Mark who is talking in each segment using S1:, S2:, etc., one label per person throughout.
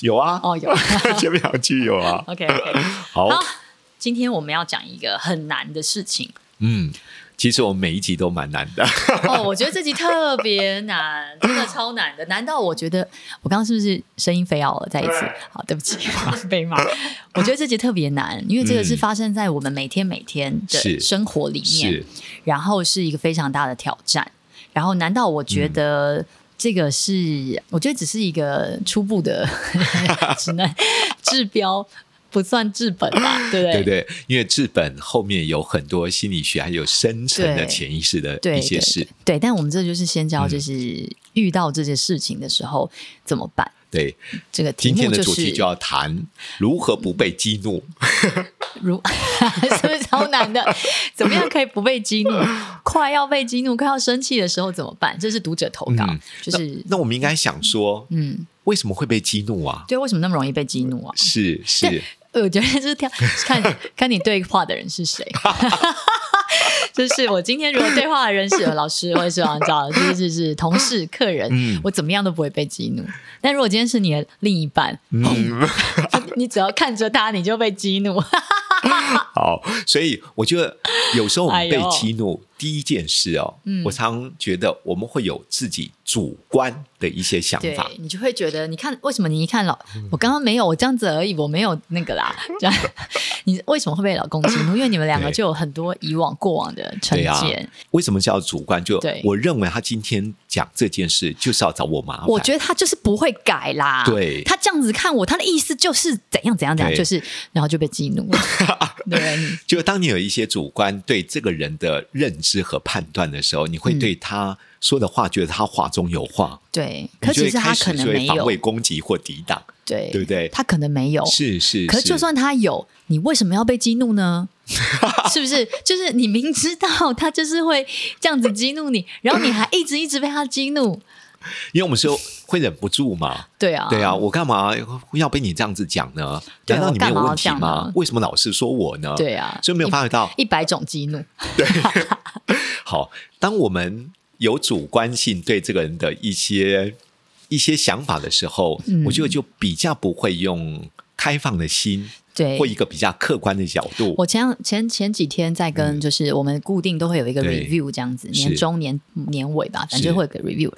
S1: 有啊，
S2: 哦，有。
S1: 前面两句有啊。
S2: OK OK。
S1: 好，
S2: 好，今天我们要讲一个很难的事情
S1: 嗯，其实我们每一集都蛮难 的。
S2: 哦，我觉得这集特别难，真的超难的。难道我觉得我刚刚是不是声音飞奥了？再一次，好，对不起，被骂。我觉得这集特别难，因为这个是
S1: 嗯
S2: 发生在我们每天每天的
S1: 是
S2: 生活里面。
S1: 是，
S2: 然后是一个非常大的挑战。然后，难道我觉得
S1: 嗯
S2: 这个是？我觉得只是一个初步 的指南治标，不算治本吧，对不对？
S1: 对对，因为治本后面有很多心理学还有深层的
S2: 对
S1: 潜意识的
S2: 对
S1: 一些
S2: 对
S1: 事。
S2: 对但我们这就是先
S1: 嗯
S2: 教，就是遇到这些事情的时候怎么办。
S1: 对，
S2: 这个题
S1: 今天
S2: 目
S1: 的
S2: 就
S1: 主
S2: 是嗯
S1: 题就要谈如何不被激怒。
S2: 如 是不是超难 的？怎么样可以不被激怒？快要被激怒、快要生气的时候怎么办？这是读者投稿，
S1: 嗯
S2: 就是
S1: 那我们应该想说，
S2: 嗯，
S1: 为什么会被激怒啊？
S2: 对，为什么那么容易被激怒啊？
S1: 是是，
S2: 呃我觉得就是看 看看你对话的人是谁。 就是我今天如果对话的人是老师，我也希望找就是就是同事、客人，
S1: 嗯
S2: 我怎么样都不会被激怒。但如果今天是你的另一半，哦
S1: 嗯，
S2: 你只要看着他，你就被激 怒。
S1: 好，所以我觉得有时候我
S2: 哎
S1: 们
S2: 呦
S1: 被激怒，第一件事哦，
S2: 嗯
S1: 我常觉得我们会有自己主观的一些想
S2: 对
S1: 法，
S2: 你就会觉得，你看为什么你一看老，我刚刚没有，我这样子而已，我没有那个啦。 这样，你为什么会被老公激怒？因为你们两个
S1: 对
S2: 就有很多以往过往的成
S1: 对啊
S2: 见。
S1: 为什么叫主观？就
S2: 对
S1: 我认为他今天讲这件事就是要找我麻烦，
S2: 我觉得他就是不会改啦。
S1: 对
S2: 他这样子看我，他的意思就是怎样怎样怎样，
S1: 对
S2: 就是然后就被激 怒了。对，你
S1: 就当你有一些主观对这个人的认知和判断的时候，你会
S2: 嗯
S1: 对他说的话觉得他话中有话，
S2: 对，
S1: 你
S2: 可
S1: 就
S2: 其
S1: 会
S2: 实他
S1: 开
S2: 可
S1: 始
S2: 能
S1: 就会
S2: 没
S1: 防
S2: 有，
S1: 卫攻击或抵挡，
S2: 对
S1: 对不对
S2: 他可能没有。
S1: 是是，
S2: 可是
S1: 是
S2: 就算他有，你为什么要被激怒 呢？是不是？就是你明知道他就是会这样子激怒你，然后你还一直一直被他激怒。
S1: 因为我们说会忍不住嘛，
S2: 对啊，
S1: 对啊，，我干嘛要被你这样子讲呢？
S2: 对
S1: 难道你没有
S2: 我干嘛要
S1: 问题
S2: 这样呢
S1: 吗？为什么老是说我呢？
S2: 对啊
S1: 所以没有发觉到。
S2: 一百种激怒。
S1: 好，当我们有主观性对这个人的一些一些想法的时候，
S2: 嗯
S1: 我觉得就比较不会用开放的心
S2: 对，
S1: 或一个比较客观的角度。
S2: 我前两前前几天在跟，
S1: 嗯
S2: 就是我们固定都会有一个
S1: 对
S2: review 这样子，
S1: 是
S2: 年中年年尾吧，反
S1: 是
S2: 正会有个 review，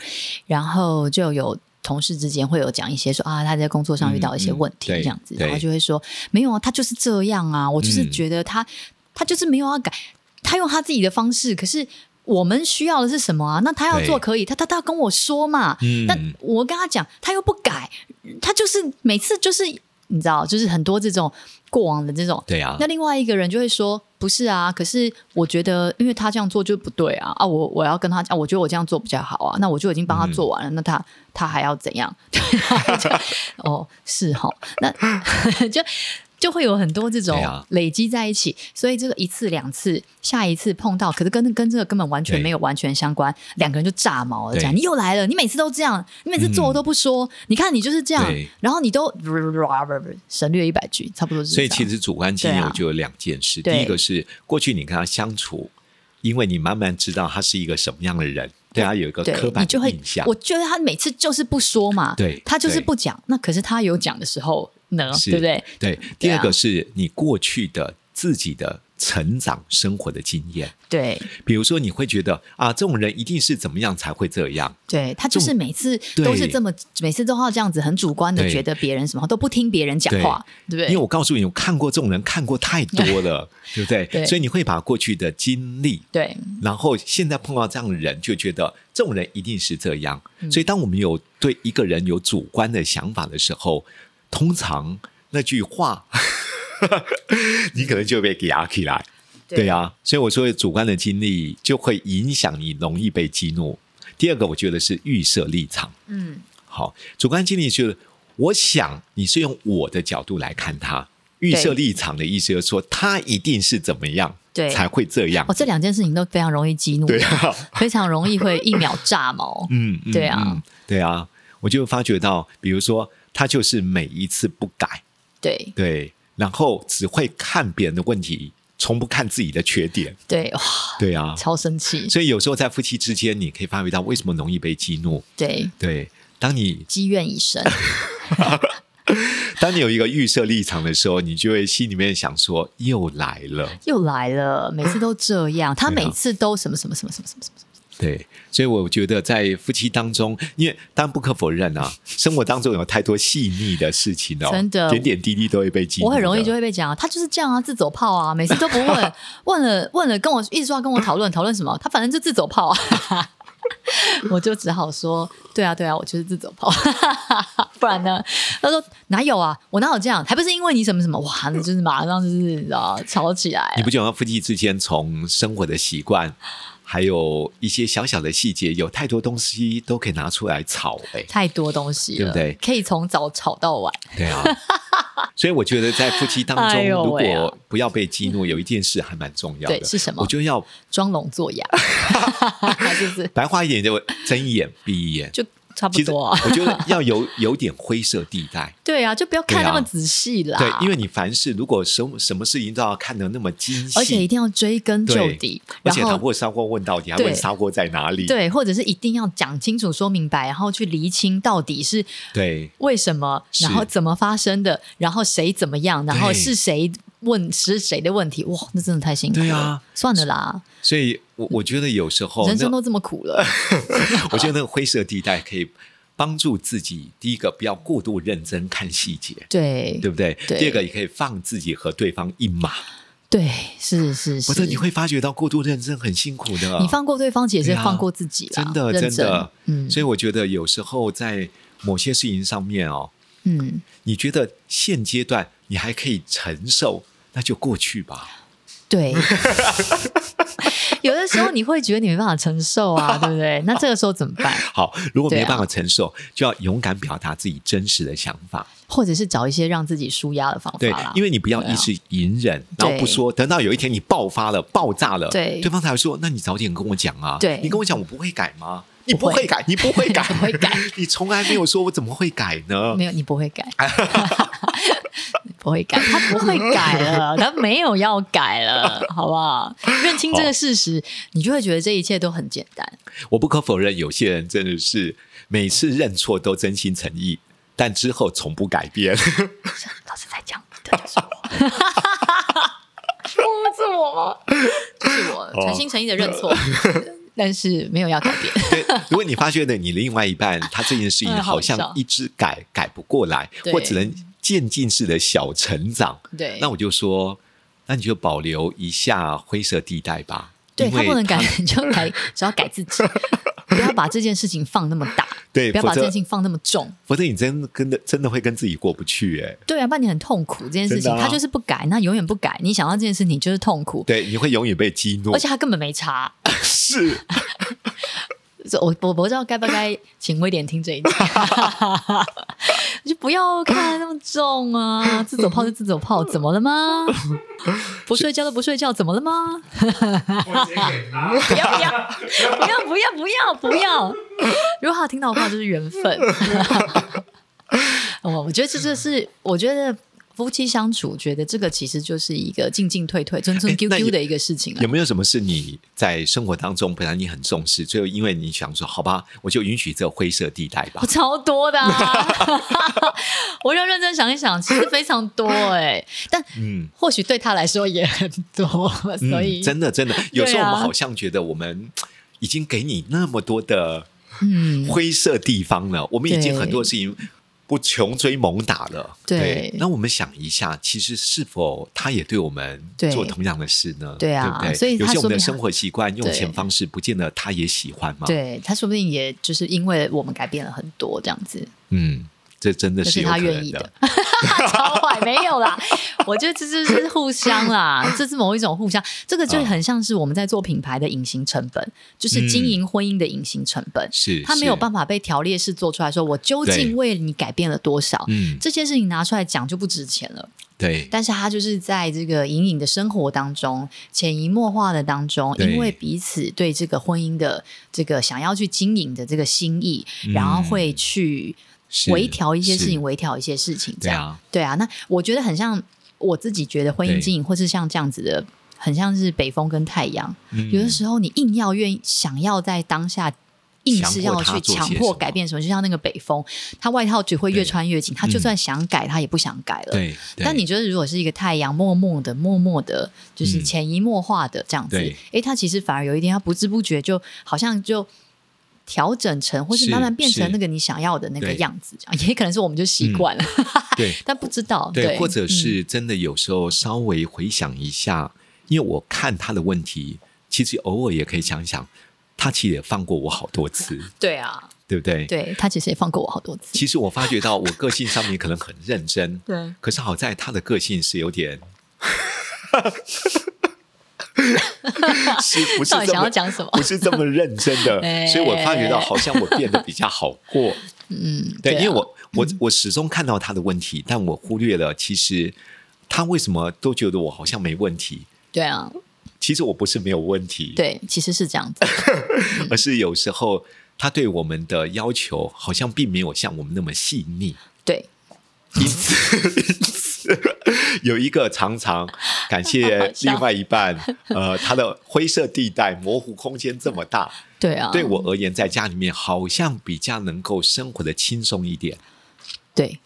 S2: 然后就有。同事之间会有讲一些说啊，他在工作上遇到一些问题
S1: 嗯嗯对
S2: 这样子，
S1: 对
S2: 然后就会说没有啊，他就是这样啊，我就是
S1: 嗯
S2: 觉得他、他就是没有要改，他用他自己的方式，可是我们需要的是什么啊？那他要做
S1: 对
S2: 可以，他他他要跟我说嘛，
S1: 嗯
S2: 但我跟他讲，他又不改，他就是每次就是你知道，就是很多这种过往的这种
S1: 对啊
S2: 那，另外一个人就会说：“不是啊，可是我觉得，因为他这样做就不对啊啊！我我要跟他讲，我觉得我这样做比较好啊。那我就已经帮他做
S1: 嗯
S2: 完了，那他他还要怎样？ 对啊，就哦，是哈、那 就就会有很多这种
S1: 对啊
S2: 累积在一起，所以这个一次两次，下一次碰到，可是跟跟这个根本完全
S1: 对
S2: 没有完全相关，两个人就炸毛了，
S1: 对
S2: 讲你又来了，你每次都这样，你每次做
S1: 嗯
S2: 都不说，你看你就是这 样
S1: 对，
S2: 然后你都省略一百句，差不多是这
S1: 所以
S2: 样。
S1: 其实主观经
S2: 对
S1: 验
S2: 啊
S1: 我就有两件事，
S2: 对
S1: 第一个是过去你跟他相处，因为你慢慢知道他是一个什么样的人，对他有一个
S2: 对
S1: 刻
S2: 你
S1: 板
S2: 就
S1: 的
S2: 会
S1: 印，象
S2: 我。觉得他每次就是不说嘛，
S1: 对
S2: 他就是
S1: 对
S2: 不讲。那可是他有讲的时候呢，
S1: 是
S2: 对不 对？啊
S1: 对，第二个是你过去的自己的成长生活的经验。
S2: 对
S1: 比如说，你会觉得啊，这种人一定是怎么样才会这样？
S2: 对，他就是
S1: 这种
S2: 每次都是
S1: 对
S2: 这么，每次都要这样子，很主观的
S1: 对
S2: 觉得别人什么都不听别人讲话，对
S1: 因为
S2: 不对？
S1: 我告诉你，我看过这种人，看过太 多了，对不对？
S2: 对
S1: 所以你会把过去的经历，
S2: 对
S1: 然后现在碰到这样的人，就觉得这种人一定是这样。所以，当我们有对一个人有主观的想法的时候，通常那句话， 你可能就被给压起来。对呀、啊，所以我说主观的经历就会影响你容易被激怒。第二个，我觉得是预设立场。
S2: 嗯，
S1: 好，主观经历就是我想你是用我的角度来看他，预设立场的意思就是说他一定是怎么样，
S2: 对
S1: 才会这样。
S2: 哦，这两件事情都非常容易激怒，
S1: 对啊，
S2: 非常容易会一秒炸毛。
S1: 嗯，嗯
S2: 对啊
S1: 嗯对啊，我就发觉到，比如说他就是每一次不改，
S2: 对
S1: 对，然后只会看别人的问题，从不看自己的缺点，
S2: 对，哇，
S1: 对啊。
S2: 超生气。
S1: 所以有时候在夫妻之间，你可以发觉到为什么容易被激怒。
S2: 对，
S1: 对，当你
S2: 积怨已深。
S1: 当你有一个预设立场的时候，你就会心里面想说又来了。
S2: 又来了，每次都这样，他
S1: 对啊
S2: 每次都什么什么什么什么什么什么，
S1: 对，所以我觉得在夫妻当中，因为当然不可否认啊，生活当中有太多细腻的事情哦，
S2: 真的
S1: 点点滴滴都会被激怒的。
S2: 我很容易就会被讲，他就是这样啊，自走炮啊，每次都不 问，问了问了，跟我一直说要跟我讨论讨论什么，他反正就自走炮啊， 我就只好说，对啊对啊，我就是自走炮， 不然呢？他说哪有啊，我哪有这样，还不是因为你什么什么，哇，那就是马上就是你知道吵起来
S1: 你
S2: 了
S1: 不，觉得夫妻之间从生活的习惯，还有一些小小的细节，有太多东西都可以拿出来吵哎、
S2: 太多东西了，
S1: 对不对
S2: 可以从早吵到晚，
S1: 对啊，所以我觉得在夫妻当中，
S2: 哎呦
S1: 如
S2: 喂啊
S1: 果不要被激怒，有一件事还蛮重要的。
S2: 对是什么
S1: 我就要
S2: 装聋作 哑， 是不是？
S1: 白话一点，就睁一眼闭一眼。
S2: 就差不
S1: 其实
S2: 多、啊。
S1: 我觉得要有有点灰色地 带，
S2: 对啊，就不要看那
S1: 对
S2: 么
S1: 啊
S2: 仔细啦。
S1: 对，因为你凡事如果什么什么事情都要看得那么精细，
S2: 而且一定要追根究
S1: 对
S2: 底，
S1: 而
S2: 然
S1: 且打
S2: 后
S1: 破砂锅问到底，还
S2: 对
S1: 问砂锅在哪里？
S2: 对，或者是一定要讲清楚、说明白，然后去厘清到底是
S1: 对
S2: 为什么，
S1: 是
S2: 然后怎么发生的，然后谁怎么样，然后
S1: 对
S2: 是谁问是谁的问题。哇，那真的太辛苦了。
S1: 对啊，
S2: 算了啦，
S1: 所以我我觉得有时候
S2: 人生
S1: 那
S2: 都这么苦 了。
S1: 我觉得那个灰色地带可以帮助自己，第一个不要过度认真看细节，
S2: 对
S1: 对不对？
S2: 对
S1: 第二个也可以放自己和对方一马，
S2: 对，是是是。
S1: 否则你会发觉到过度认真很辛苦的。
S2: 你放过对方，其实
S1: 对
S2: 也
S1: 啊
S2: 是放过自己啦。
S1: 真的
S2: 认
S1: 真的，
S2: 嗯，
S1: 所以我觉得有时候在某些事情上面哦，
S2: 嗯，
S1: 你觉得现阶段你还可以承受，那就过去吧。
S2: 对。 有的时候你会觉得你没办法承受啊，对不对？那这个时候怎么办？
S1: 好，如果
S2: 对
S1: 没
S2: 啊
S1: 办法承受，就要勇敢表达自己真实的想法。
S2: 或者是找一些让自己舒压的方法
S1: 对
S2: 啦，。
S1: 因为你不要
S2: 对啊
S1: 一直隐忍，然后不说，等到有一天你爆发了、爆炸了，
S2: 对
S1: 方才会说：“那你早点跟我讲啊！”
S2: 对
S1: 你跟我讲，我不会改吗？你
S2: 不
S1: 不
S2: 会
S1: 会 改，你不会改，
S2: 不会改，
S1: 你从来没有说我怎么会改呢
S2: 没？有你不会改，你不会改，他不会改了，他没有要改了，好不好？认清这个事实，你就会觉得这一切都很简单。
S1: 我不可否认，有些人真的是每次认错都真心诚意，但之后从不改
S2: 老
S1: 变。
S2: 师在讲，对，是我，
S1: 哦
S2: 我 是我吗？是我诚心诚意的认错，但是没有要改变。
S1: 对，如果你发觉的你另外一半他这件事 情
S2: 哎好
S1: 好像
S2: 笑
S1: 一直改改不过来，
S2: 对
S1: 或只能渐进式的小成长，
S2: 对，
S1: 那我就说，那你就保留一下灰色地带吧。
S2: 对
S1: 因
S2: 他
S1: 为
S2: 不能改，你就改，只要改自 己，不要把这件事情放那么大，
S1: 对，
S2: 不要把
S1: 否
S2: 这件事
S1: 则
S2: 情放那么重。
S1: 否则你真跟的真的会跟自己过不去哎。
S2: 对啊，不然你很痛苦这件事情，
S1: 真的啊
S2: 他就是不改，那永远不改。你想到这件事，你就是痛苦，
S1: 对，你会永远被激怒
S2: 而。且他根本没差。
S1: 是，
S2: 这我我我不知道该不该请威廉听这一集， 就不要看那么重啊，自走炮就自走 炮，怎么了吗？不睡觉都不睡觉，怎么了吗？不要不要不要不要不要不要！如果他有听到的话，就是缘分。 哦我我觉得这就是，我觉得夫妻相处，觉得这个其实就是一个进进退退、尊尊
S1: 哎
S2: 丢
S1: 那
S2: 丢
S1: 有
S2: 的一个事情啊了
S1: 有。没有什么是你在生活当中本来你很重视，最后因为你想说，好吧，我就允许这灰色地带吧
S2: 我。哦超多的、啊， 我要认真想一想，其实非常多哎、但
S1: 嗯。
S2: 或许对他来说也很多，所以、
S1: 嗯、真的真的，有时候我
S2: 对啊
S1: 们好像觉得我们已经给你那么多的
S2: 嗯，
S1: 灰色地方了，我们已经
S2: 对
S1: 很多事情不穷追猛打了。
S2: 对
S1: 那我们想一下，其实是否他也对我们
S2: 对
S1: 做同样的事呢？
S2: 对啊
S1: 不对？
S2: 所以他
S1: 有些
S2: 说
S1: 我们
S2: 明他
S1: 的生活习惯、用
S2: 对
S1: 钱方式，不见得他也喜欢嘛。，
S2: 对他说不定也就是因为我们改变了很多这样子。
S1: 嗯。这真的
S2: 这
S1: 是
S2: 是
S1: 有可
S2: 他愿
S1: 能
S2: 意的，超坏没有啦。我觉得这就是互相 啦，这是某一种互相，这个就很像是我们在做品牌的隐形成本，就是经营婚姻的隐形成本。
S1: 嗯是
S2: 它没有
S1: 法。
S2: 办法被条列式做出来说，我究竟
S1: 对
S2: 为你改变了多少？
S1: 嗯，
S2: 这些事情拿出来讲就不值钱了，
S1: 对，
S2: 但是它就是在这个隐隐的生活当中、潜移默化的当中，
S1: 对
S2: 因为彼此对这个婚姻的这个想要去经营的这个心意，
S1: 嗯
S2: 然后会去
S1: 是
S2: 微调一些事
S1: 是
S2: 情，微调一些事情，这
S1: 对
S2: 样
S1: 啊，
S2: 对啊。那我觉得很像我自己觉得婚姻
S1: 对
S2: 经营，或是像这样子的，很像是北风跟太阳。有的
S1: 嗯
S2: 时候你硬要愿意想要在当下。硬是要去强
S1: 强迫他做些什
S2: 迫
S1: 么
S2: 改变什么，就像那个北风，他外套只会越
S1: 对嗯
S2: 穿越紧，他就算想改，他也不想改了。
S1: 对，对
S2: 但你觉得，如果是一个太阳，默默的、默默的，就是
S1: 嗯
S2: 潜移默化的这样子，
S1: 对
S2: 诶，它其实反而有一天，它不知不觉就好像就调整成，或是
S1: 是
S2: 慢慢变成
S1: 是
S2: 那个你想要的那个
S1: 对
S2: 样子， 这样也可能是我们就习惯了，
S1: 对
S2: 但不知道，
S1: 对，
S2: 对，
S1: 或者
S2: 嗯
S1: 是真的有时候稍微回想一下，因为我看他的问题，其实偶尔也可以想想，他其实也放过我好多次，
S2: 对啊，
S1: 对不对？。
S2: 对他其实也放过我好多次，
S1: 其实我发觉到我个性上面可能很认真，
S2: 对，
S1: 可是好在他的个性是 有点，是不是
S2: 到底
S1: 这
S2: 想
S1: 么
S2: 要讲什么？
S1: 不是这么认真 的
S2: 哎，
S1: 所以我发觉到好像我变得比较好过。
S2: 嗯，
S1: 对，
S2: 啊
S1: 因为我我 我始终看到他的问题，但我忽略了其实他为什么都觉得我好像没问题。
S2: 对啊，
S1: 其实我不是没有问题，，
S2: 对，其实是这样子，
S1: 而是有时候他对我们的要求好像并没有像我们那么细腻。
S2: 对，
S1: 因此，因此有一个常常感
S2: 好
S1: 谢
S2: 笑
S1: 另外一半，呃，他的灰色地带、模糊空间这么大，
S2: 对啊，
S1: 对我而言，在家里面好像比较能够生活的轻松一点。
S2: 嗯 对。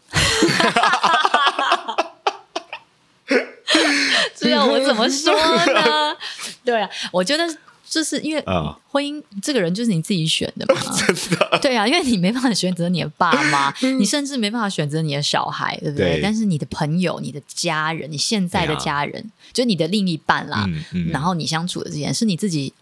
S2: 这要我怎么说呢？ 对啊，我觉得就是因为
S1: 啊
S2: 婚姻、这个人就是你自己选的嘛， 真的。对啊，因为你没办法选择你的爸妈，你甚至没办法选择你的小孩，对不对？
S1: 对
S2: 但是你的朋友、你的家人、你现在的
S1: 对啊
S2: 家人，就你的另一半啦，
S1: 嗯嗯
S2: 然后你相处的这些人是你自己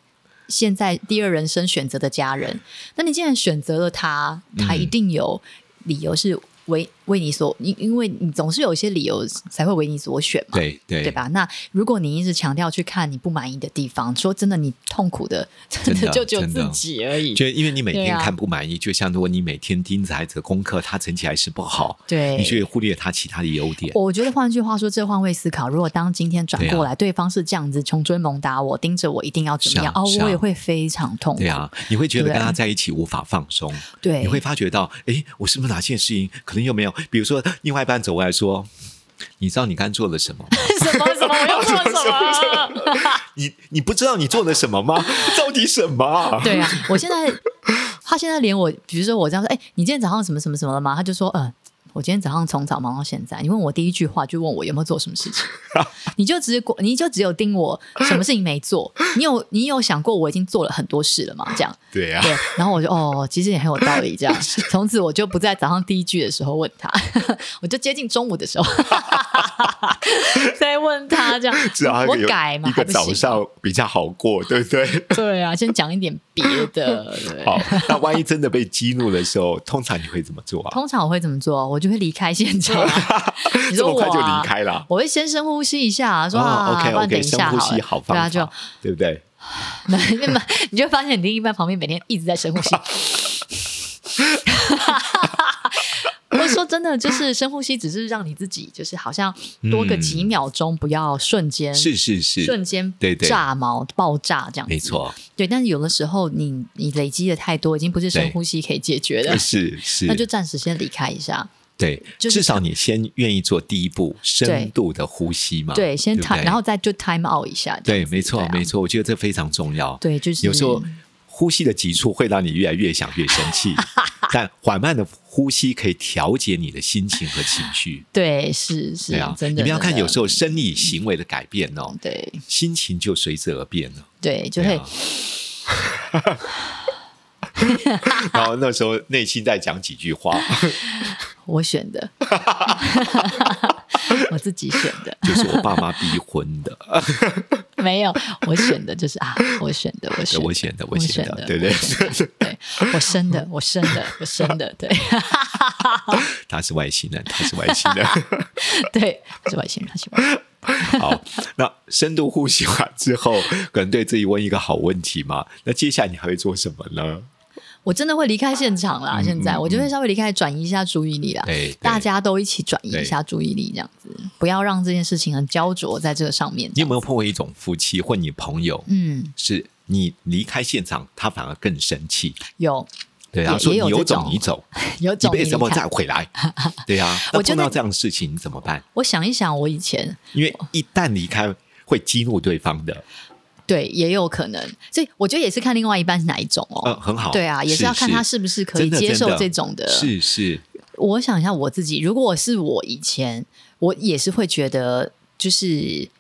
S2: 现在第二人生选择的家人，那你既然选择了他，
S1: 嗯
S2: 他一定有理由是为为你所，因因为你总是有一些理由才会为你所选嘛，
S1: 对对
S2: 对？吧？那如果你一直强调去看你不满意的地方，说真的，你痛苦的 真
S1: 真
S2: 的
S1: 的啊
S2: 就只有
S1: 真
S2: 自
S1: 的
S2: 己而已。
S1: 就因为你每
S2: 对
S1: 天
S2: 啊
S1: 看不满意，就像如果你每天盯着孩子的功课，他成绩还是不好，
S2: 对
S1: 你就会忽略他其他的优点。
S2: 我觉得换句话说，这换位思考，如果当今天转过来，
S1: 啊
S2: 对方是这样子穷追猛打我，盯着我一定要怎么样，
S1: 是啊是
S2: 哦，
S1: 啊
S2: 我也会非常痛苦。
S1: 对啊，你会觉得
S2: 对
S1: 跟他在一起无法放松，
S2: 对
S1: 你会发觉到，哎，我是不是哪件事情可能又没有？比如说，另外一半走过来说：“你知道你刚做了什么吗？
S2: 什么什么，我又做了什 么？
S1: 你你不知道你做了什么吗？到底什么啊？”
S2: 对啊，我现在他现在连我，比如说我这样说，哎、你今天早上什么什么什么了吗？他就说，嗯。我今天早上从早忙到现在，你问我第一句话就问我有没有做什么事 情，你就只过你就只有盯我什么事情没做，你有你有想过我已经做了很多事了吗？这样
S1: 对啊，
S2: 对，然后我就哦，其实也很有道理，这样， 从此我就不在早上第一句的时候问他，我就接近中午的时 候再问他这样
S1: 只要，
S2: 我
S1: 啊有
S2: 改嘛，
S1: 一个
S2: 还不行
S1: 早上比较好过，对不对？
S2: 对啊，先讲一点别 的，对。
S1: 好，那万一真的被激怒的时候，通常你会怎么做啊？
S2: 通常我会怎么做？我就会离开现 场。你
S1: 这
S2: 说
S1: 么
S2: 我、
S1: 快
S2: 啊、
S1: 就离？开了？
S2: 我会先深呼吸一下，说啊，
S1: 哦，OK
S2: 不然等
S1: OK，
S2: 一
S1: 深
S2: 下
S1: 呼
S2: 好
S1: 吸
S2: 了。
S1: 好
S2: 对啊，
S1: 方
S2: 就
S1: 法，对不对？
S2: 那么你就会发现你另一半旁边每天一直在深呼吸。 我说真的，就是深呼吸，只是让你自己就是好像多个几
S1: 嗯
S2: 秒钟，不要瞬间、
S1: 是是是，
S2: 瞬间
S1: 对对
S2: 炸毛爆炸这样子。
S1: 没，错，
S2: 对。但是有的时候你你累积的太多，已经不是深
S1: 对呃
S2: 呼吸可以解决的，
S1: 是是，
S2: 那就暂时先离开一下。
S1: 对，
S2: 就是
S1: 至少你先愿意做第一步，深度的呼吸嘛。
S2: 对，先
S1: 啊不
S2: time，然后再就 time out 一下。这
S1: 对，
S2: 样子
S1: 没错
S2: 对啊
S1: 没错，我觉得这非常重要。
S2: 对，就是
S1: 有时候呼吸的急促会让你越来越想越生 气，但缓慢的呼吸可以调节你的心情和情绪。
S2: 对，是 是
S1: 对啊，
S2: 真的。嗯
S1: 你们要看有时
S2: 候
S1: 候生理行为的改变哦，
S2: 对
S1: 心情就随之而变了。
S2: 对，就
S1: 对
S2: 会
S1: 啊。 然后那时候内心再讲几句话，
S2: 我选的， 我自己选的，
S1: 就是我爸妈逼婚的，
S2: 没有我选的就是啊，我选的，我
S1: 对
S2: 选
S1: 我
S2: 的
S1: 选的，
S2: 我
S1: 我选
S2: 的
S1: 的，，对不对？
S2: 对，我生的，我生的，我生的，对，
S1: 他是外星人，他是外 星人。
S2: 对，是外星人，是外星人。
S1: 好，那深度呼吸完之后，可能对自己问一个好问题嘛？那接下来你还会做什么呢？
S2: 我真的会离开现场啦，
S1: 嗯
S2: 现在
S1: 嗯哎
S2: 我就会稍微离开，转移一下注意力啦。
S1: 对，
S2: 大家都一起转移一下注意力，这样子，不要让这件事情很焦灼在这个上面。
S1: 你有没有碰过一种夫妻或你朋友，
S2: 嗯，
S1: 是你离开现场，他反而更生气？
S2: 有
S1: 对啊，
S2: 也
S1: 说
S2: 也有
S1: 你有
S2: 这
S1: 种
S2: 种
S1: 你走，
S2: 有
S1: 你
S2: 种
S1: 为
S2: 离
S1: 什么
S2: 开
S1: 再 回来？对啊，那
S2: 我觉得
S1: 碰到这样的事情怎么办？
S2: 我想一想，我以前
S1: 因为一旦离开会激怒对方的，
S2: 对也有可能，所以我觉得也是看另外一半是哪一种哦。
S1: 嗯，很好，
S2: 对啊，也是要看他是不是可以
S1: 真的
S2: 接受
S1: 真的
S2: 这种的。
S1: 是是，
S2: 我想一下我自己，如果我是我以前，我也是会觉得。就是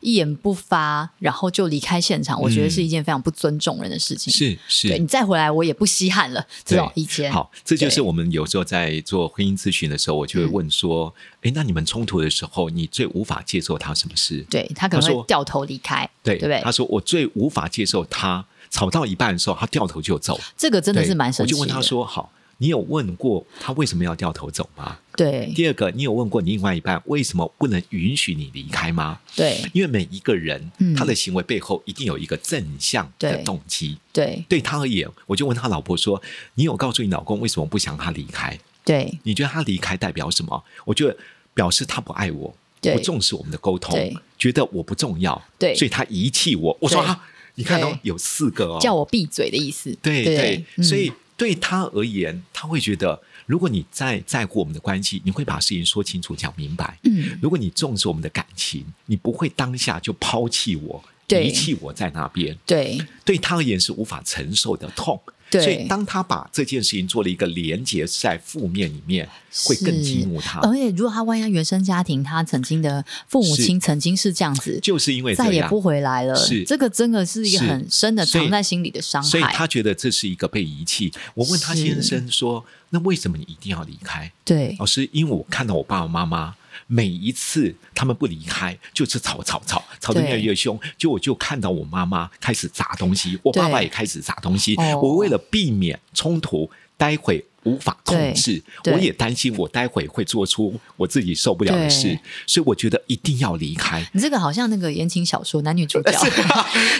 S2: 一言不发，然后就离开现场，我觉得是一件非常不尊重人的事情。
S1: 嗯是
S2: 对
S1: 是
S2: 你。再回来，我也不稀罕了。这种
S1: 对
S2: 以前
S1: 好，这就是
S2: 对嗯
S1: 我们有时候在做婚姻咨询的时候，我就会问说：“诶，那你们冲突的时候，你最无法接受他什么事？”
S2: 对他可能
S1: 他说
S2: 会掉头离开，
S1: 对，
S2: 对不对
S1: 他？说：“我最无法接受他吵到一半的时候，他掉头就走。”
S2: 这个真的
S1: 对
S2: 是蛮神
S1: 我
S2: 奇
S1: 就
S2: 的。
S1: 问他说：“好，你有问过他为什么要掉头走吗？
S2: 对
S1: 第二个，你有问过你另外一半为什么不能允许你离开吗？
S2: 对
S1: 因为每一个人、
S2: 嗯
S1: 他的行为背后一定有一个正向的
S2: 对
S1: 动机。
S2: 对
S1: 对他而言，我就问他老婆说：‘你有告诉你老公为什么不想他离开？
S2: 对
S1: 你觉得他离开代表什么？’我觉得表示他不爱我，
S2: 对
S1: 不重视我们的沟通
S2: 对，
S1: 觉得我不重要，
S2: 对
S1: 所以他遗弃我。我说
S2: 对
S1: 啊，你看哦
S2: 对，
S1: 有四个哦，
S2: 叫我闭嘴的意思。
S1: 对
S2: 对
S1: 对，
S2: 嗯
S1: 所以对他而言，他会觉得，如果你在在乎我们的关系，你会把事情说清楚、讲明白。
S2: 嗯，
S1: 如果你重视我们的感情，你不会当下就抛弃我、
S2: 对
S1: 遗弃我在那边，
S2: 对
S1: 对他而言是无法承受的痛。
S2: 对
S1: 所以当他把这件事情做了一个连结在负面里面，会更激怒他。
S2: 而且如果他万一他原生家庭，他曾经的父母
S1: 是
S2: 亲曾经是这样子，
S1: 就是因为
S2: 再
S1: 这
S2: 也
S1: 样
S2: 不，回来了。
S1: 是
S2: 这个真的是一个
S1: 是
S2: 很深的
S1: 所以
S2: 藏在心里的伤
S1: 所以
S2: 害。
S1: 他觉得这是一个被遗弃。我问他
S2: 是
S1: 先生说：“那为什么你一定要离开？”
S2: 对
S1: 老师，因为我看到我爸爸妈妈每一次他们不离开，就是吵吵吵，吵得越来越凶。就我就看到我妈妈开始砸东西，我爸爸
S2: 对
S1: 也开始砸东西。
S2: 哦
S1: 我为了避免冲突，待会。无法控制，
S2: 对对
S1: 我也担心我待会会做出我自己受不了的事
S2: 对，
S1: 所以我觉得一定要离开。
S2: 你这个好像那个言情小说男女主角，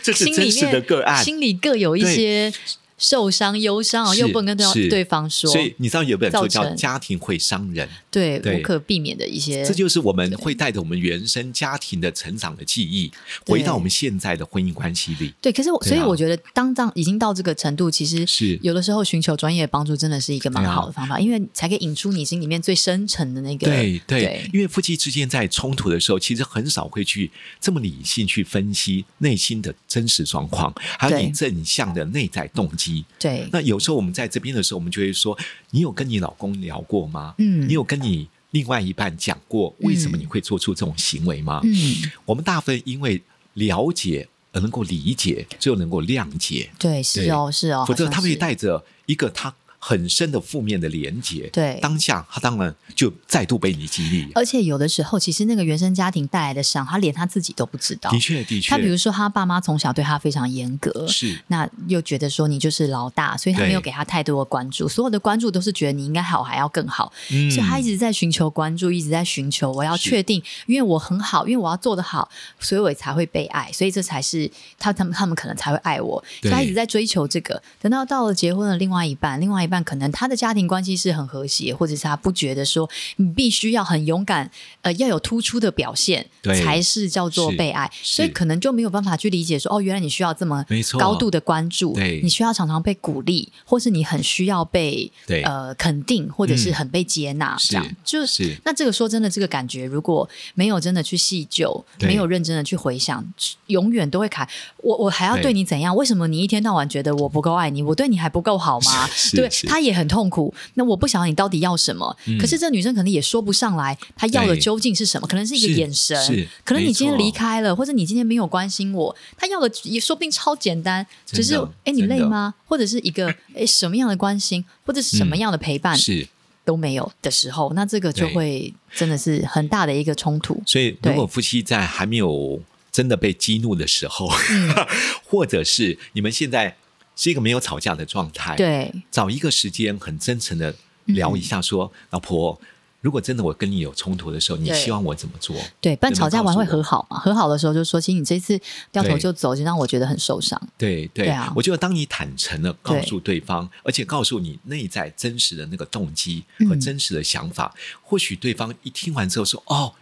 S1: 这 是
S2: 心
S1: 真
S2: 里
S1: 实
S2: 面
S1: 的个案，
S2: 心里各有一
S1: 对
S2: 些受伤、忧伤，
S1: 是
S2: 又不能跟
S1: 是
S2: 对对方说，
S1: 所以你知道有本书叫
S2: 造
S1: 《
S2: 成
S1: 家庭会伤人》，
S2: 对
S1: 对
S2: 无可避免的一些，
S1: 这就是我们会带着我们原生家庭的成长的记忆，
S2: 对
S1: 回到我们现在的婚姻关系里。
S2: 对。可是我，
S1: 对
S2: 所
S1: 啊
S2: 以我觉得，当当已经到这个程度，其实
S1: 是
S2: 有的时候寻求专业帮助真的是一个蛮
S1: 对啊
S2: 好的方法，因为才可以引出你心里面最深沉的那个。
S1: 对对
S2: 对
S1: 因为夫妻之间在冲突的时候，其实很少会去这么理性去分析内心的真实状况，还有
S2: 对
S1: 你正向的内在动机。
S2: 对
S1: 那有时候我们在这边的时候，我们就会说：“你有跟你老公聊过吗？
S2: 嗯
S1: 你有跟你另外一半讲过为什么你会做出这种行为吗？”
S2: 嗯，
S1: 我们大部分因为了解而能够理解，就能够谅解。
S2: 对，是哦，是哦，
S1: 否则
S2: 好像
S1: 他会
S2: 是
S1: 带着一个他很深的负面的连结。
S2: 对
S1: 当下他当然就再度被你激励。
S2: 而且有的时候，其实那个原生家庭带来的伤，他连他自己都不知道
S1: 的。确，的确，
S2: 他比如说，他爸妈从小对他非常严格，
S1: 是
S2: 那又觉得说你就是老大，所以他
S1: 对
S2: 没有给他太多的关注，所有的关注都是觉得你应该好，还要更好，
S1: 嗯
S2: 所以他一直在寻求关注，一直在寻求我要
S1: 是
S2: 确定，因为我很好，因为我要做得好，所以我才会被爱，所以这才是他他们他们可能才会爱我，所
S1: 对
S2: 以他一直在追求这个。等到到了结婚的另外一半，另外一半可能他的家庭关系是很和谐，或者是他不觉得说你必须要很勇敢，呃，要有突出的表现
S1: 对
S2: 才是叫做
S1: 是
S2: 被爱，
S1: 是
S2: 所以可能就没有办法去理解说哦，原来你需要这么
S1: 没错
S2: 高度的关注。
S1: 对
S2: 你需要常常被鼓励，或是你很需要被
S1: 对
S2: 呃肯定，或者是
S1: 嗯
S2: 很被接纳，
S1: 是
S2: 这样就是那这个说真的，这个感觉如果没有真的去细究，
S1: 对
S2: 没有认真的去回想，永远都会卡。我我还要
S1: 对
S2: 对你怎样？为什么你一天到晚觉得我不够爱你？我对你还不够好吗？
S1: 是
S2: 对
S1: 是，嗯
S2: 他也很痛苦。那我不晓得你到底要什么，可是这女生可能也说不上来，她要的
S1: 对
S2: 究竟是什么？可能是一个
S1: 是
S2: 眼神
S1: 是，
S2: 可能你
S1: 没
S2: 今天
S1: 错
S2: 离开了，或者你今天没有关心我，她要的也说不定超简单，只是
S1: 真的
S2: 哎你
S1: 真的
S2: 累吗？或者是一个哎什么样的关心，或者是什么样的陪伴
S1: 是。
S2: 都没有的时候，那这个就
S1: 对
S2: 会真的是很大的一个冲突。
S1: 所以，如
S2: 对
S1: 果夫妻在还没有真的被激怒的时候，
S2: 嗯
S1: 或者是你们现在是一个没有吵架的状态，
S2: 对嗯
S1: 找一个时间很真诚的聊一下说，老婆，如果真的我跟你有冲突的时候，你
S2: 对
S1: 希望我怎么做？
S2: 对，不然
S1: 能
S2: 吵架
S1: 告
S2: 完
S1: 诉
S2: 会
S1: 我
S2: 和好嘛？和好的时候就说，其实你这次掉头
S1: 对
S2: 就走，就让我觉得很受伤。
S1: 对对，
S2: 对啊
S1: 我觉得当你坦诚的告诉对方，而且告诉你内在真实的那个动机和
S2: 嗯
S1: 真实的想法，或许对方一听完之后说：“哦，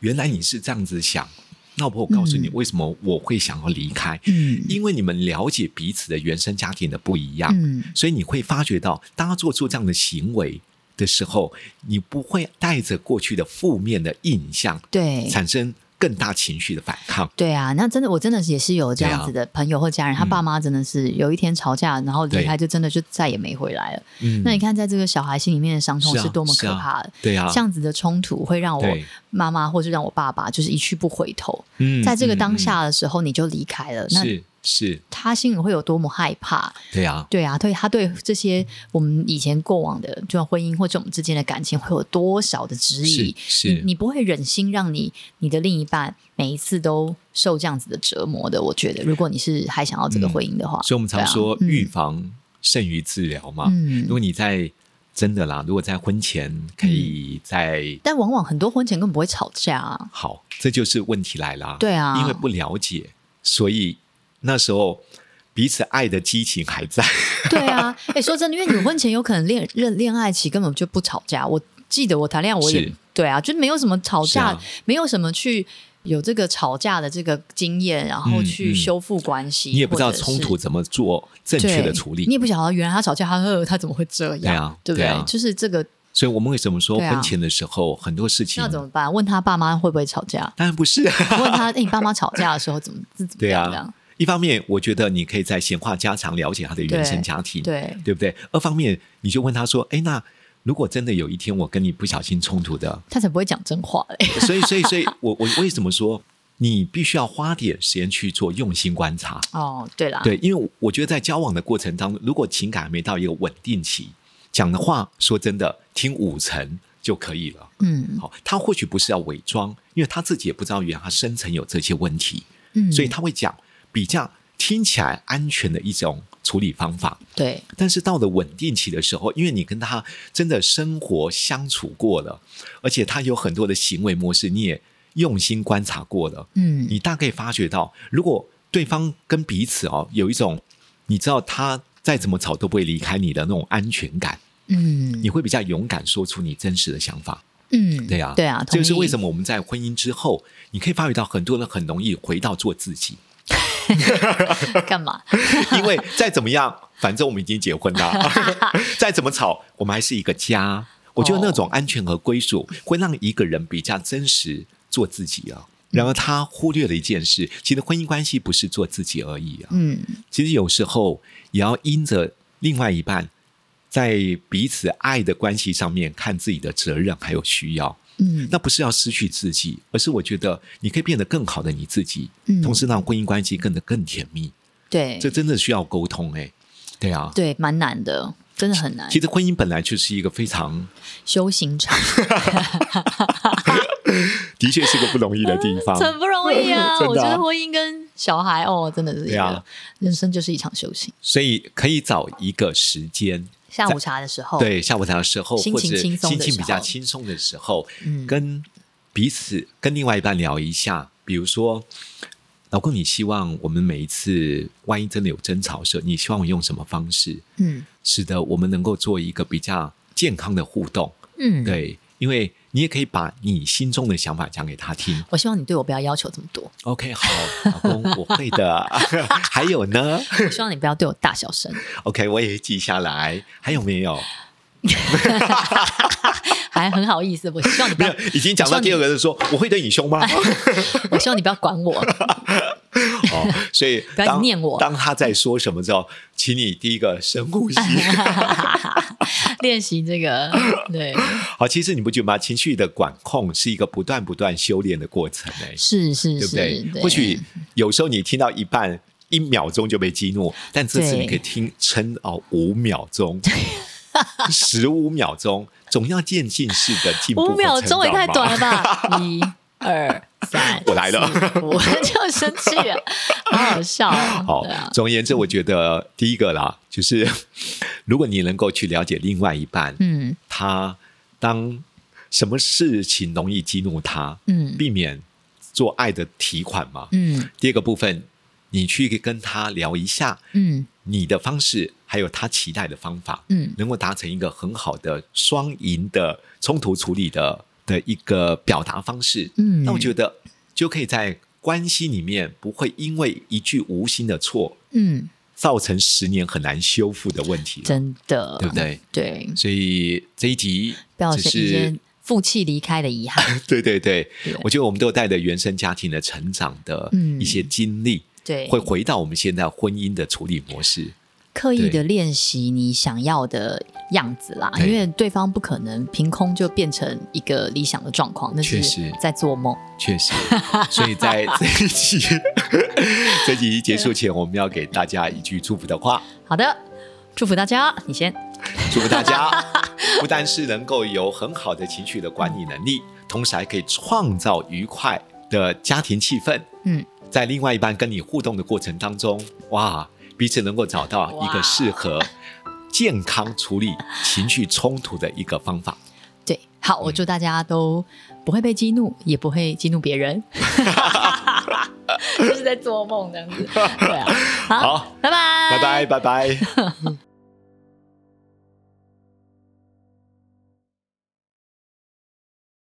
S1: 原来你是这样子想。”那我告诉你，
S2: 嗯
S1: 为什么我会想要离开？
S2: 嗯
S1: 因为你们了解彼此的原生家庭的不一样，
S2: 嗯，
S1: 所以你会发觉到，当他做出这样的行为的时候，你不会带着过去的负面的印象，
S2: 对。
S1: 产生更大情绪的反抗。
S2: 对啊，那真的，我真的也是有这
S1: 对啊
S2: 样子的朋友或家人，他
S1: 嗯
S2: 爸妈真的是有一天吵架，然后离
S1: 对
S2: 开，就真的就再也没回来了。
S1: 嗯
S2: 那你看，在这个小孩心里面的伤痛
S1: 是啊
S2: 是多么可怕的。
S1: 对啊，
S2: 这样子的冲突会让我
S1: 对
S2: 妈妈或是让我爸爸就是一去不回头，
S1: 嗯
S2: 在这个当、
S1: 嗯
S2: 下的时候你就离开了，
S1: 嗯
S2: 那
S1: 是是，
S2: 他心里会有多么害怕？
S1: 对啊，
S2: 对啊，对他对这些我们以前过往的，就像婚姻或者我们之间的感情，会有多少的质
S1: 是
S2: 疑？
S1: 是
S2: 你你不会忍心让你你的另一半每一次都受这样子的折磨的。我觉得，如果你是还想要这个婚姻的话，
S1: 嗯所以我们常
S2: 对
S1: 说
S2: 啊嗯
S1: 预防胜于治疗嘛。
S2: 嗯
S1: 如果你在真的啦，如果在婚前可以在、
S2: 但往往很多婚前根本不会吵架啊。
S1: 好，这就是问题来啦。
S2: 对啊
S1: 因为不了解，所以那时候彼此爱的激情还在。
S2: 对啊，哎、说真的，因为你婚前有可能恋恋恋爱期根本就不吵架。我记得我谈恋爱，我也
S1: 是
S2: 对啊，就没有什么吵架，
S1: 是啊
S2: 没有什么去有这个吵架的这个经验，然后
S1: 嗯
S2: 去
S1: 嗯
S2: 修复关系，
S1: 你也不知道
S2: 或者是
S1: 冲突怎么做正
S2: 对
S1: 确的处理
S2: 你，也不晓得原来他吵架，他呃他怎么会这样？
S1: 对啊
S2: 对不对？
S1: 对啊
S2: 就是这个，
S1: 所以我们为什么说
S2: 对啊
S1: 婚前的时候、很多事情？
S2: 那怎么办？问他爸妈会不会吵架
S1: 当然不是、
S2: 问他，哎、你爸妈吵架的时候怎么是怎么
S1: 对
S2: 样？这
S1: 啊
S2: 样，
S1: 一方面我觉得你可以在闲话家常了解他的原生家庭，
S2: 对
S1: 对不对？二方面你就问他说：“哎，那如果真的有一天我跟你不小心冲突的，
S2: 他才不会讲真话嘞。
S1: 所以所以所以我我为什么说你必须要花点时间去做用心观察？
S2: 哦，对啦，
S1: 对，因为我觉得在交往的过程当中，如果情感还没到一个稳定期，讲的话说真的听五成就可以了。
S2: 嗯
S1: 好，他或许不是要伪装，因为他自己也不知道原来他深层有这些问题。
S2: 嗯，
S1: 所以他会讲比较听起来安全的一种处理方法。
S2: 对
S1: 但是到了稳定期的时候，因为你跟他真的生活相处过了，而且他有很多的行为模式，你也用心观察过了，
S2: 嗯
S1: 你大概发觉到，如果对方跟彼此哦有一种，你知道他再怎么吵都不会离开你的那种安全感，
S2: 嗯
S1: 你会比较勇敢说出你真实的想法。
S2: 嗯，
S1: 对啊，
S2: 对啊，
S1: 这就是为什
S2: 么
S1: 么我们在婚姻之后，你可以发觉到很多人很容易回到做自己。
S2: 干嘛？
S1: 因为再怎么样，反正我们已经结婚了，再怎么吵，我们还是一个家。我觉得那种安全和归属会让一个人比较真实做自己啊。然而他忽略了一件事，其实婚姻关系不是做自己而已啊。
S2: 嗯，
S1: 其实有时候也要因着另外一半，在彼此爱的关系上面看自己的责任还有需要。
S2: 嗯
S1: 那不是要失去自己，而是我觉得你可以变得更好的你自己，
S2: 嗯
S1: 同时让婚姻关系更得更甜蜜。
S2: 对
S1: 这真的需要沟通哎、对啊，
S2: 对，蛮难的，真的很难
S1: 其。实婚姻本来就是一个非常，
S2: 修行场
S1: 的确是个不容易的地 方。
S2: 很不容易啊，
S1: 真的啊
S2: 我觉得婚姻跟小孩哦，真的是一
S1: 对
S2: 个、
S1: 啊
S2: 人生就是一场修行。
S1: 所以可以找一个时间，
S2: 下午茶的时候，
S1: 对下午茶的时候，
S2: 哦心
S1: 或
S2: 情
S1: 者
S2: 轻松
S1: 心
S2: 的
S1: 情
S2: 时
S1: 比较
S2: 候
S1: 轻松的时候，
S2: 嗯
S1: 跟彼此跟另外一半聊一下，比如说。老公，你希望我们每一次万一真的有争吵的时候，你希望我用什么方式，
S2: 嗯
S1: 使得我们能够做一个比较健康的互动？
S2: 嗯，。
S1: 对，因为你也可以把你心中的想法讲给他听。
S2: 我希望你对我不要要求这么多，
S1: OK，好，老 公，我会的。 还有呢
S2: 我希望你不要对我大小声，
S1: ？OK，我也会记下来。还有没有？
S2: 还很好意思。我希望你不
S1: 没
S2: 要
S1: 有，，已经讲到第二个人说，我会对你 凶吗？
S2: 我希望你不要管我。
S1: 哦，所以
S2: 要
S1: 当
S2: 念我
S1: 当他在说什么之后，请你第一个深 呼吸。
S2: 练习这个，对，
S1: 好，其实你不觉得吗？情绪的管控是一个不断不断修炼的过程、欸，
S2: 是是
S1: 对不
S2: 是，
S1: 对？或许有时候你听到一半。一秒钟就被激怒，但这次
S2: 对
S1: 你可以听撑哦五秒钟、十五秒钟，总要渐进式的进步。
S2: 五秒钟也太短
S1: 了。
S2: 了吧！一、二、三，
S1: 我来了
S2: 四，我就生气了，好好笑哦。
S1: 好
S2: 对啊，，
S1: 总而言之，我觉得第一个啦，就是 如果你能够去了解另外一半，
S2: 嗯
S1: 他当什么事情容易激怒他，
S2: 嗯
S1: 避免做爱的提款嘛。
S2: 嗯
S1: 第二个部分，你去跟他聊一下
S2: 嗯
S1: 你的方式，还有他期待的方法，
S2: 嗯
S1: 能够达成一个很好的双赢的冲突处理的的一个表达方式。
S2: 嗯
S1: 那我觉得就可以在关系里面不会因为一句无心的错
S2: 嗯，
S1: 造成十年很难修复的问题，
S2: 真的，
S1: 对不？对？
S2: 对，
S1: 所以这一集
S2: 不要
S1: 只
S2: 是一
S1: 是
S2: 些负气离开的遗憾。
S1: 对对对
S2: 对，
S1: 我觉得我们都有带着原生家庭的成长的
S2: 嗯
S1: 一些经历，
S2: 对，
S1: 会回到我们现在婚姻的处理模式。
S2: 刻意
S1: 对
S2: 的练习你想要的样子啦，
S1: 对
S2: 因为对方不可能凭空就变成一个理想的状况，那
S1: 确
S2: 是
S1: 实
S2: 在做梦。
S1: 确实，所 以在这一集 这集结束前，我们要给大家一句祝福的话，
S2: 好的，祝福大家，你先。
S1: 祝福大 家不但是能够有很好的情绪的管理能力，同时还可以创造愉快的家庭气氛。
S2: 嗯，
S1: 在另外一半跟你互动的过程当中，哇，彼此能够找到一个
S2: 哇
S1: 适合健康处理情绪冲突的一个方法。
S2: 对，好，我祝大家都不会被激怒，也不会激怒别 人。 就是在做梦这样子，对啊，好，
S1: 好，
S2: 拜拜，
S1: 拜拜，拜拜。